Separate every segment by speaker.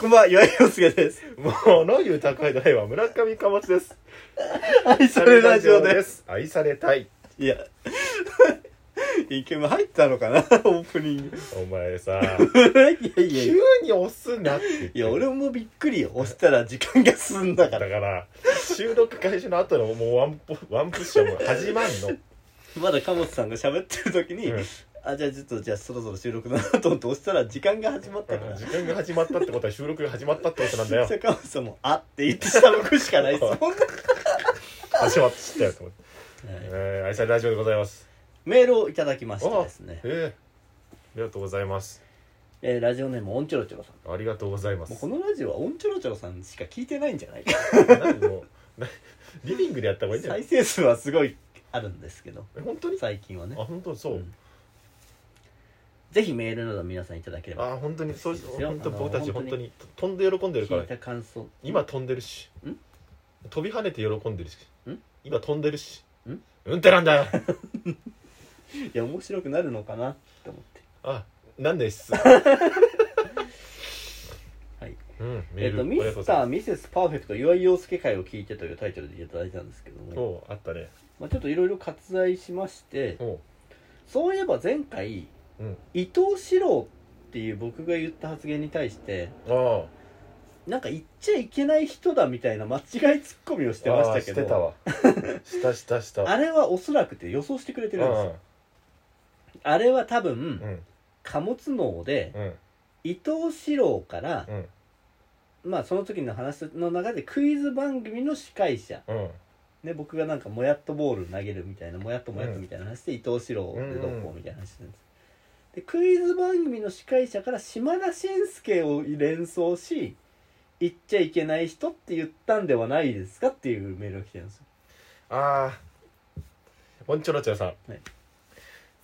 Speaker 1: こんばんは、岩井洋介です。
Speaker 2: もの豊かい大は村上貨物です。
Speaker 1: 愛されラジオです。
Speaker 2: す。愛されたい。
Speaker 1: いや、 イケメン入ったのかなオープニング。
Speaker 2: お前さ、
Speaker 1: いやいやいや
Speaker 2: 急。に押すなって言って。
Speaker 1: いや、俺もびっくりよ。押したら時間が進んだか。
Speaker 2: だからら、収録開始の後のもうワンポワンプッションも始まんの。
Speaker 1: まだ貨物さんが喋ってる時に、
Speaker 2: うん
Speaker 1: あ、じゃあちょっと、じゃあそろそろ収録だなと思って押したら時間が始まったから。
Speaker 2: 時間が始まったってことは収録が始まったってことなんだよ
Speaker 1: そ。したら貨物さんも、あって言って下向くしかない です。もん
Speaker 2: 始まったよと思って。えー愛されラジオでございます。
Speaker 1: メールをいただきましてですね。
Speaker 2: えーありがとうございます。
Speaker 1: えーラジオネーム、オンチョロチョロさ
Speaker 2: あ
Speaker 1: ん。
Speaker 2: りがとうございま
Speaker 1: もう
Speaker 2: す
Speaker 1: こ。のラジオはオンチョロチョロさんしか聞いてないんじゃないか。
Speaker 2: 何もうなリビングでやった方がいいんじゃな
Speaker 1: 再
Speaker 2: い
Speaker 1: 生数はすごいあるんですけど。
Speaker 2: え本当にあ
Speaker 1: 最近はね
Speaker 2: 本当そう。
Speaker 1: うんぜひメールなど皆さんいただければ
Speaker 2: あ本当にそう
Speaker 1: 嬉しいですよ
Speaker 2: 本当
Speaker 1: あの
Speaker 2: 僕たち
Speaker 1: 本
Speaker 2: 本
Speaker 1: 当
Speaker 2: 当
Speaker 1: に
Speaker 2: に飛んで喜んでるか
Speaker 1: 聞
Speaker 2: ら
Speaker 1: いた感想
Speaker 2: 今飛んでるし
Speaker 1: ん
Speaker 2: 飛び跳ねて喜んでるし
Speaker 1: ん
Speaker 2: 今飛んでるし
Speaker 1: ん
Speaker 2: うんってなんだよ
Speaker 1: いや面白くなるのかなと思って
Speaker 2: あなんです
Speaker 1: はい
Speaker 2: うんメ
Speaker 1: え
Speaker 2: ー
Speaker 1: っ
Speaker 2: ル
Speaker 1: と
Speaker 2: あ
Speaker 1: 「
Speaker 2: り
Speaker 1: ミ
Speaker 2: がとうご
Speaker 1: ス
Speaker 2: ざい
Speaker 1: ター・
Speaker 2: ま
Speaker 1: ミセス・パーフェクト岩井陽介会を聞いて」というタイトルでいただいたんですけど
Speaker 2: す
Speaker 1: も、
Speaker 2: おうあったね
Speaker 1: まあ、ちょっといろいろ割愛しまして
Speaker 2: おう
Speaker 1: そういえば前回
Speaker 2: うん
Speaker 1: 伊藤四郎っていう僕が言った発言に対して
Speaker 2: あ
Speaker 1: なんか言っちゃいけない人だみたいな間違いツッコミをしてましたけ
Speaker 2: してた
Speaker 1: ど
Speaker 2: わ したしたした
Speaker 1: あれはおそらくって予想してくれてるんですよあれは多分
Speaker 2: うんうん
Speaker 1: 貨物網で
Speaker 2: うん
Speaker 1: 伊藤四郎から
Speaker 2: うん
Speaker 1: まあその時の話の中でクイズ番組の司会者、
Speaker 2: うん
Speaker 1: ね、僕がなんかもやっとボール投げるみたいなもやっともやっとみたいな話で、伊藤四郎でどうこうみたいな話なんです、でクイズ番組の司会者から島田紳介を連想し言っちゃいけない人って言ったんではないですかっていうメールが来てるんですよ
Speaker 2: ああオンチョロチョロさん
Speaker 1: はい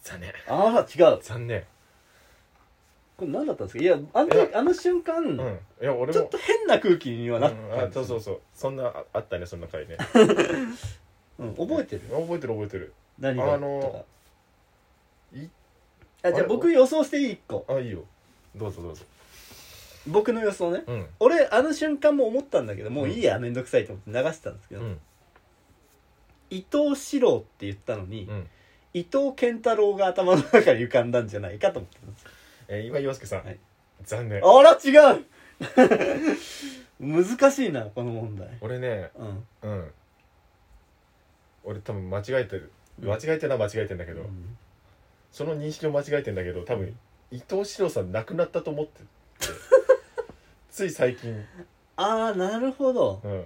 Speaker 2: 残念
Speaker 1: ああ違う
Speaker 2: 残念
Speaker 1: これ何だったんですかいやあの時あの瞬間、
Speaker 2: うんいや俺
Speaker 1: ちょっ
Speaker 2: も
Speaker 1: と変な空気にはなっ
Speaker 2: うん
Speaker 1: た
Speaker 2: あ
Speaker 1: んです
Speaker 2: そ
Speaker 1: よ
Speaker 2: うそうそうそんなああったねそんな回ね
Speaker 1: うん覚えてる
Speaker 2: 覚えてる覚えてる
Speaker 1: 何が
Speaker 2: あの
Speaker 1: とか
Speaker 2: い
Speaker 1: あじゃあ僕予想していい1個
Speaker 2: あいいよどうぞどうぞ
Speaker 1: 僕の予想ね
Speaker 2: うん
Speaker 1: 俺あの瞬間も思ったんだけどもういいやめんどくさいと思って流してたんですけ
Speaker 2: う
Speaker 1: ど、
Speaker 2: ん
Speaker 1: 伊藤四郎って言ったのに、
Speaker 2: うん
Speaker 1: 伊藤健太郎が頭の中に浮かんだんじゃないかと思ってたんですよ
Speaker 2: えー、今洋介さん、
Speaker 1: はい
Speaker 2: 残念
Speaker 1: あら違う 難しいなこの問題
Speaker 2: 俺ね
Speaker 1: うん
Speaker 2: うん俺多分間違えてる
Speaker 1: うん
Speaker 2: 間違えてるのは間違えてんだけど、
Speaker 1: うん
Speaker 2: その認識を間違えてんだけど多分伊藤四郎さん亡くなったと思って るつい最近
Speaker 1: ああなるほど
Speaker 2: うん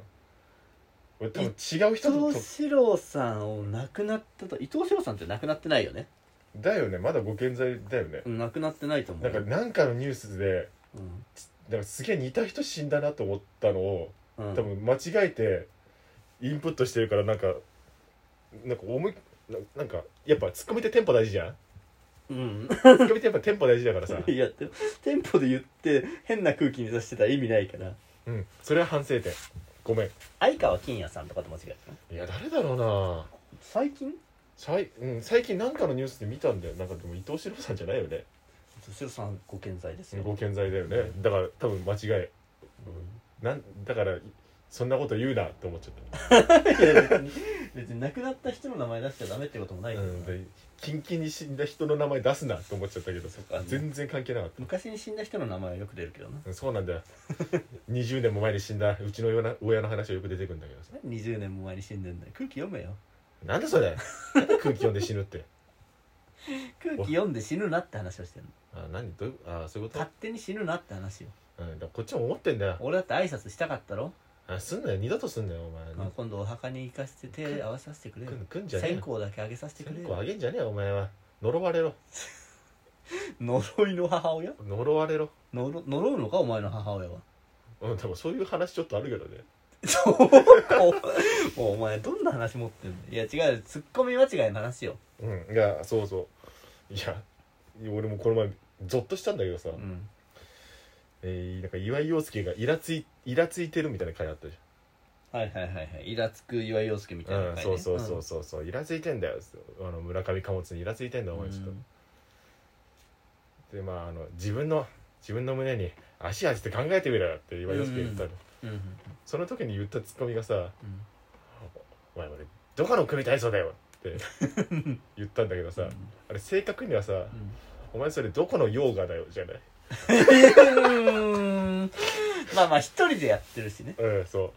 Speaker 2: 俺多分違う
Speaker 1: 伊
Speaker 2: 人と
Speaker 1: 藤四郎さんを亡くなったと伊藤四郎さんって亡くなってないよね
Speaker 2: だよねまだご健在だよね、
Speaker 1: うん亡くなってないと思う
Speaker 2: なんかなんかのニュースで
Speaker 1: うん
Speaker 2: なんかすげえ似た人死んだなと思ったのを
Speaker 1: うん
Speaker 2: 多分間違えてインプットしてるからなんかなんか思いななんかやっぱツッコミってテンポ大事 じゃん
Speaker 1: うん
Speaker 2: ツッコミってやっぱテンポ大事だからさ、
Speaker 1: いやでもテンポで言って変な空気にさしてたら意味ないから
Speaker 2: うん、それは反省点ごめん
Speaker 1: 相川金也さんとかと間違えた
Speaker 2: いや誰だろうな
Speaker 1: 最近
Speaker 2: さい、うん、最近なんかのニュースで見たんだよなんかでも伊藤四郎さんじゃないよね
Speaker 1: 敏郎さんご健在ですよ、
Speaker 2: ご健在だよねだから多分間違えなんだからいそんなこと言うなって思っちゃっ
Speaker 1: いや別に別に亡くなった人の名前出しちゃダメってこともな
Speaker 2: た、
Speaker 1: いけ
Speaker 2: う
Speaker 1: ど、
Speaker 2: ん、でキンキンに死んだ人の名前出すなって思っちゃったけど
Speaker 1: そっか
Speaker 2: 全然関係なかった
Speaker 1: 昔に死んだ人の名前はよく出るけどな
Speaker 2: うんそうなんだよ 20年も前に死んだうちの親の親の話はよく出てくるんだけどさ
Speaker 1: 20年も前に死んでんだよ空気読めよ
Speaker 2: なんだそれなんで空気読んで死ぬって
Speaker 1: 空気読んで死ぬなって話をしてるの
Speaker 2: あ何どういうあそういうこ
Speaker 1: 勝手に死ぬなって話よ
Speaker 2: と、うん、だからこっちも思ってんだよ
Speaker 1: 俺だって挨拶したかったろ、
Speaker 2: あすんなよ二度とすんなよお前
Speaker 1: まあ、今度お墓に行かせて手合わさせてくれ
Speaker 2: く
Speaker 1: よ
Speaker 2: んくんじゃねえ
Speaker 1: 線
Speaker 2: よ
Speaker 1: 香だけあげさせてくれ
Speaker 2: 線
Speaker 1: よ
Speaker 2: 香あげんじゃねえよお前は呪われろ
Speaker 1: 呪いの母親
Speaker 2: 呪われろ
Speaker 1: 呪呪うのかお前の母親は
Speaker 2: うんでもそういう話ちょっとあるけどね
Speaker 1: お前どんな話持ってんのいや違うツッコミ間違いの話よ、
Speaker 2: うんいやそうそういや俺もこの前ゾッとしたんだけどさ、
Speaker 1: うん、
Speaker 2: えーなんか岩井陽介がイラついイラついてるみたいな回あったじゃん
Speaker 1: はいはいはいはいイラつく岩井陽介みたいな
Speaker 2: うん、
Speaker 1: 回ね
Speaker 2: そうそうそうそうそうイラついてんだよあの村上貨物にイラついてんだ
Speaker 1: う
Speaker 2: お
Speaker 1: ん
Speaker 2: 前ちょっと、でまああの自分の自分の胸に「足味って考えてみろよ」って岩井助言ったの、
Speaker 1: うんうん
Speaker 2: その時に言ったツッコミがさ「お前俺どこの組体操だよ」 って言ったんだけどさ、あれ正確にはさ「お前それどこのヨーガだよ」じゃない
Speaker 1: うんまあまあ一人でやってるしね
Speaker 2: うんそう、っ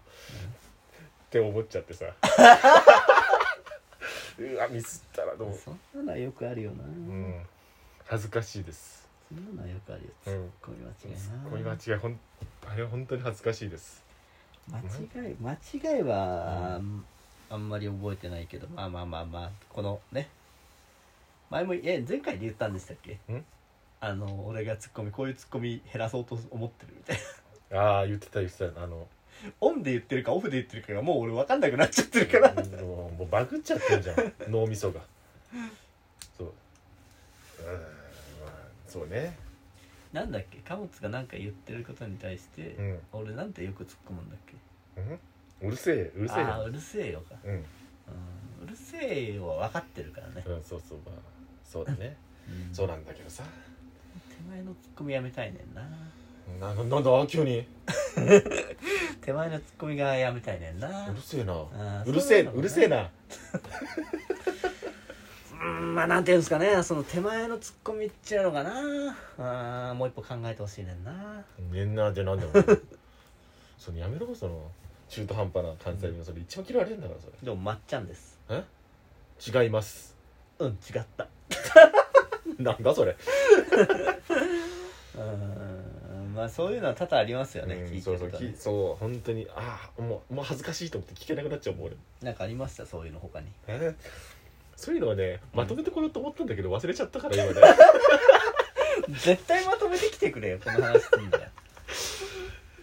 Speaker 2: て思っちゃって さうわミスったらどう
Speaker 1: そんなのはよくあるよな、
Speaker 2: うん恥ずかしいです
Speaker 1: そんなのはよくあるよツ
Speaker 2: う
Speaker 1: ッ
Speaker 2: ん
Speaker 1: コミ間違い
Speaker 2: ツッ
Speaker 1: な
Speaker 2: コミ間違いほんあれは本当に恥ずかしいです
Speaker 1: 間違い間違いは、あんまり覚えてないけどまあまあまあまあこのね前もえ前回で言ったんでしたっけ
Speaker 2: ん
Speaker 1: あの俺がツッコミこういうツッコミ減らそうと思ってるみたいな
Speaker 2: あ あ言ってた言ってたあの
Speaker 1: オンで言ってるかオフで言ってるかがもう俺分かんなくなっちゃってるから
Speaker 2: もうもうバグっちゃってるじゃん 脳みそがそううんまあそうね
Speaker 1: なんだっけ貨物が何か言ってることに対して、
Speaker 2: うん、
Speaker 1: 俺なんてよく突っ込むんだっけ
Speaker 2: うん、うるせえうるせえ
Speaker 1: ああ
Speaker 2: よ
Speaker 1: うるせえよか、
Speaker 2: うん、
Speaker 1: うん、うるせえよは分かってるからね、
Speaker 2: うん、そうそうまあそうだね
Speaker 1: うん
Speaker 2: そうなんだけどさ
Speaker 1: 手前の突っ込みやめたいねんな
Speaker 2: なななんだ急に
Speaker 1: 手前の突っ込みがやめたいねん
Speaker 2: う
Speaker 1: な
Speaker 2: るせえな
Speaker 1: あー
Speaker 2: うるせえ
Speaker 1: そうなのね
Speaker 2: うるせえな
Speaker 1: うんまあなんていうんですかねその手前の突っ込みっちゅうのかなあーもう一歩考えてほしいねんな
Speaker 2: ねんなでなんでもそのやめろその中途半端な関西弁それ一番嫌われるんだからそ
Speaker 1: でもまっちゃんです
Speaker 2: れ違います
Speaker 1: うん違った
Speaker 2: なんだそれ
Speaker 1: うーんまあそういうのは多々ありますよね、
Speaker 2: うん
Speaker 1: 聞いて
Speaker 2: そう
Speaker 1: る
Speaker 2: そう
Speaker 1: とね
Speaker 2: きそう本当にああもうもう恥ずかしいと思って聞けなくなっちゃうもん俺
Speaker 1: なんかありましたそういうの他に
Speaker 2: えーそういうのはねまとめてこようと思ったんだけど忘れちゃったから 今ね
Speaker 1: 絶対まとめてきてくれよこの話すん だよ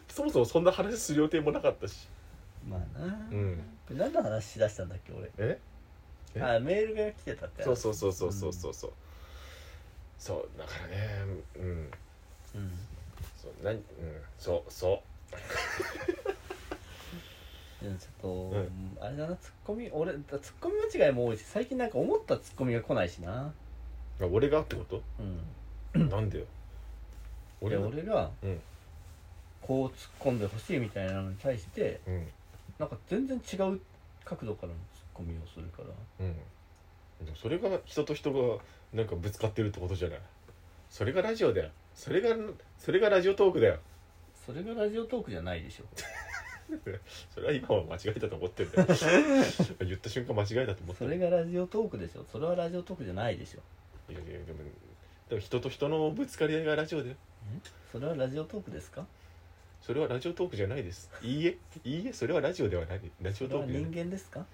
Speaker 2: そもそもそんな話する予定もなかったし
Speaker 1: まあな、
Speaker 2: うん
Speaker 1: 何の話しだしたんだっけ俺
Speaker 2: ええ
Speaker 1: あメールが来てたって
Speaker 2: そうそうそうそうそうそうそうそうだからねうん
Speaker 1: う、うん、
Speaker 2: そうなんうんそうそ
Speaker 1: でもちょっと、
Speaker 2: うん
Speaker 1: うんあれだなツッコミ俺ツッコミ間違いも多いし最近なんか思ったツッコミが来ないしな
Speaker 2: うあ俺がってこと
Speaker 1: うん
Speaker 2: なんでよ
Speaker 1: 俺
Speaker 2: 俺が
Speaker 1: 俺が、
Speaker 2: うん
Speaker 1: こう突っ込んでほしいみたいなのに対して
Speaker 2: うん
Speaker 1: なんか全然違う角度からのツッコミをするから
Speaker 2: うんでもそれが人と人がなんかぶつかってるってことじゃないそれがラジオだよそれがそれがラジオトークだよ
Speaker 1: それがラジオトークじゃないでしょ
Speaker 2: それは今は間違えたと思ってるんだよ言った瞬間間違えたと思って
Speaker 1: そ
Speaker 2: る
Speaker 1: れがラジオトークでしょそれはラジオトークじゃないでしょ
Speaker 2: いやいやでもでも人と人のぶつかり合いがラジオだよ
Speaker 1: それはラジオトークですか
Speaker 2: それはラジオトークじゃないですいいえいいえそれはラジオではないラジ
Speaker 1: そ
Speaker 2: オ
Speaker 1: れ
Speaker 2: ト
Speaker 1: は
Speaker 2: ークじゃな
Speaker 1: 人
Speaker 2: い
Speaker 1: 間ですか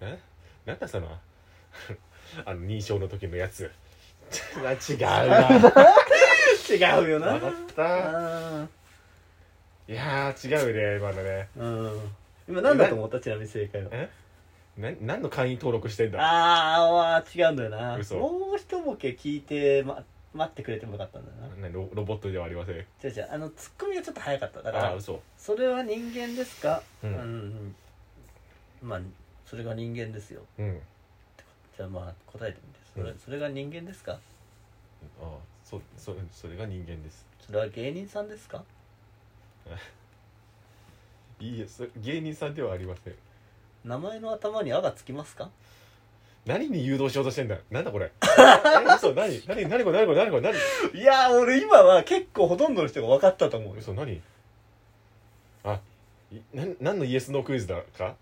Speaker 2: えなんだその あの認証の時のやつ違うな
Speaker 1: 違うよ
Speaker 2: 分かった
Speaker 1: あ
Speaker 2: いやー違うね今のね
Speaker 1: ーうん今何だと思ったちなみに正解は
Speaker 2: えな何の会員登録してんだ
Speaker 1: あーあー違うんだよな
Speaker 2: 嘘
Speaker 1: もう一ボケ聞いて、ま、待ってくれてもよかったんだよ
Speaker 2: な
Speaker 1: な
Speaker 2: ロロボットではありません
Speaker 1: 違う違うあのツッコミがちょっと早かっただか
Speaker 2: ああ
Speaker 1: ら
Speaker 2: 嘘
Speaker 1: それは人間ですか
Speaker 2: う
Speaker 1: うんん、うん、まあそれが人間ですよ
Speaker 2: うん
Speaker 1: じゃあまあ答えてみてそれ,、
Speaker 2: うん
Speaker 1: それが人間ですか
Speaker 2: ああそうそそれが人間です
Speaker 1: それは芸人さんですか
Speaker 2: いいえそ芸人さんではありません
Speaker 1: 名前の頭に「あ」がつきますか
Speaker 2: 何に誘導しようとしてんだなんだ これえ嘘何何何これ何これ何これ何
Speaker 1: いやー俺今は結構ほとんどの人が分かったと思うよ
Speaker 2: 嘘何あいなん何のイエスノークイズだか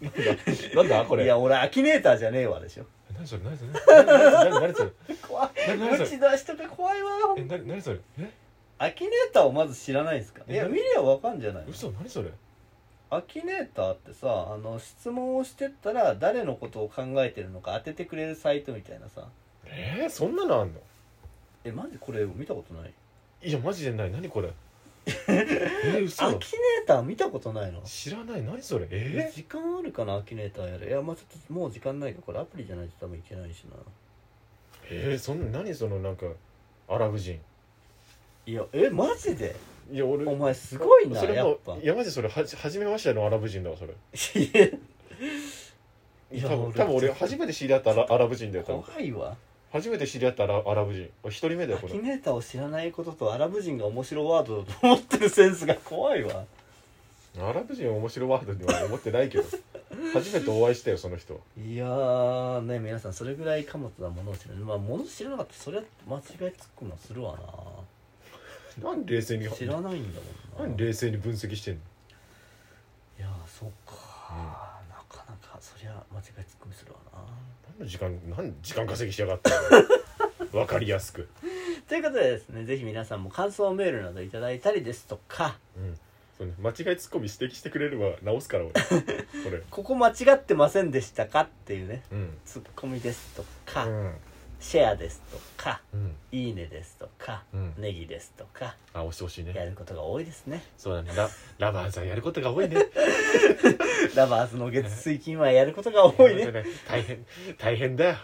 Speaker 2: なんだなんだこれ
Speaker 1: いや俺アキネーターじゃねえわでしょ
Speaker 2: 何それ何それ何何何それ
Speaker 1: 怖い
Speaker 2: 何 何それ
Speaker 1: 持ち出しとか怖いわ
Speaker 2: え何何それえ
Speaker 1: アキネーターをまず知らないですか
Speaker 2: え
Speaker 1: いや見りゃ分かんじゃない
Speaker 2: 嘘何それ
Speaker 1: アキネーターってさあの質問をしてったら誰のことを考えてるのか当ててくれるサイトみたいなさ
Speaker 2: えー、そんなのあんの
Speaker 1: えマジこれ見たことない
Speaker 2: いやマジでない何これえー、
Speaker 1: ア
Speaker 2: 嘘
Speaker 1: キネーター見たことないの
Speaker 2: 知らない何それえ
Speaker 1: 時間あるかなアキネーターやるいやまあちょっともう時間ないけどこれアプリじゃないと多分いけないしな
Speaker 2: ー、えー、そんな何そのなんかアラブ人
Speaker 1: いやえマジで
Speaker 2: いや俺
Speaker 1: お前すごいな
Speaker 2: それ
Speaker 1: やっ
Speaker 2: も
Speaker 1: ぱ
Speaker 2: いやマジそれはじ初めましてのアラブ人だわそれ
Speaker 1: いやいや
Speaker 2: 多分
Speaker 1: 俺
Speaker 2: 多分俺初めて知り合ったアラアラブ人だよ多分
Speaker 1: 怖いわ
Speaker 2: 初めて知り合ったアラアラブ人俺一人目だよ
Speaker 1: ア
Speaker 2: こ
Speaker 1: キ
Speaker 2: れ
Speaker 1: ネーターを知らないこととアラブ人が面白ワードだと思ってるセンスが怖いわ
Speaker 2: アラブ人は面白ワードには思ってないけど初めてお会いしたよその人
Speaker 1: いやーね皆さんそれぐらい貨物なものを知らないまあもの知らなかったらそれは間違いつくもするわ
Speaker 2: なんで冷静に
Speaker 1: な知らないんだも
Speaker 2: な
Speaker 1: ん
Speaker 2: ん
Speaker 1: な
Speaker 2: で冷静に分析してんの
Speaker 1: いやーそうか、なかなかそりゃ間違いつくもするわな
Speaker 2: 何の時間何時間稼ぎしやがった のわかりやすく、
Speaker 1: ということでですねぜひ皆さんも感想メールなどいただいたりですとか
Speaker 2: うんそうね、間違いツッコミ指摘してくれれば直すから俺これ
Speaker 1: ここ間違ってませんでしたかっていうね
Speaker 2: うん
Speaker 1: ツッコミですと
Speaker 2: う
Speaker 1: か、
Speaker 2: ん
Speaker 1: シェアですとか
Speaker 2: うん
Speaker 1: いいねですとか、
Speaker 2: うん
Speaker 1: ネギですとか
Speaker 2: あ押してほしい
Speaker 1: や
Speaker 2: ね
Speaker 1: ることが多いですね
Speaker 2: そうだねララバーズはやることが多いね
Speaker 1: ラバーズの月水金はやることが多いね
Speaker 2: 本当大変大変だよ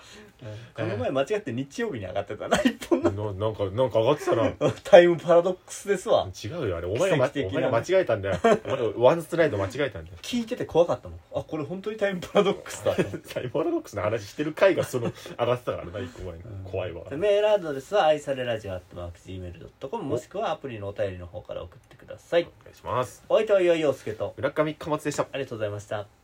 Speaker 1: この前間違って日曜日に上がってたな一本
Speaker 2: な
Speaker 1: の
Speaker 2: なんかなんか上がってたな
Speaker 1: タイムパラドックスですわ
Speaker 2: 違うよあれお前が,、ま
Speaker 1: 奇、跡
Speaker 2: お
Speaker 1: 的な
Speaker 2: 前が間違えたんだよお前がワンストライド間違えたんだよ
Speaker 1: 聞いてて怖かったもんあこれ本当にタイムパラドックスだと思って
Speaker 2: サイモラドックスの話してる回がその上がってたからな一個前に怖いわ
Speaker 1: でメールアドレスは愛されラジオアットマーク Gmail.com もしくはアプリのお便りの方から送ってください
Speaker 2: お願いします
Speaker 1: おいといよいよすけと
Speaker 2: 村上貨物でした
Speaker 1: ありがとうございました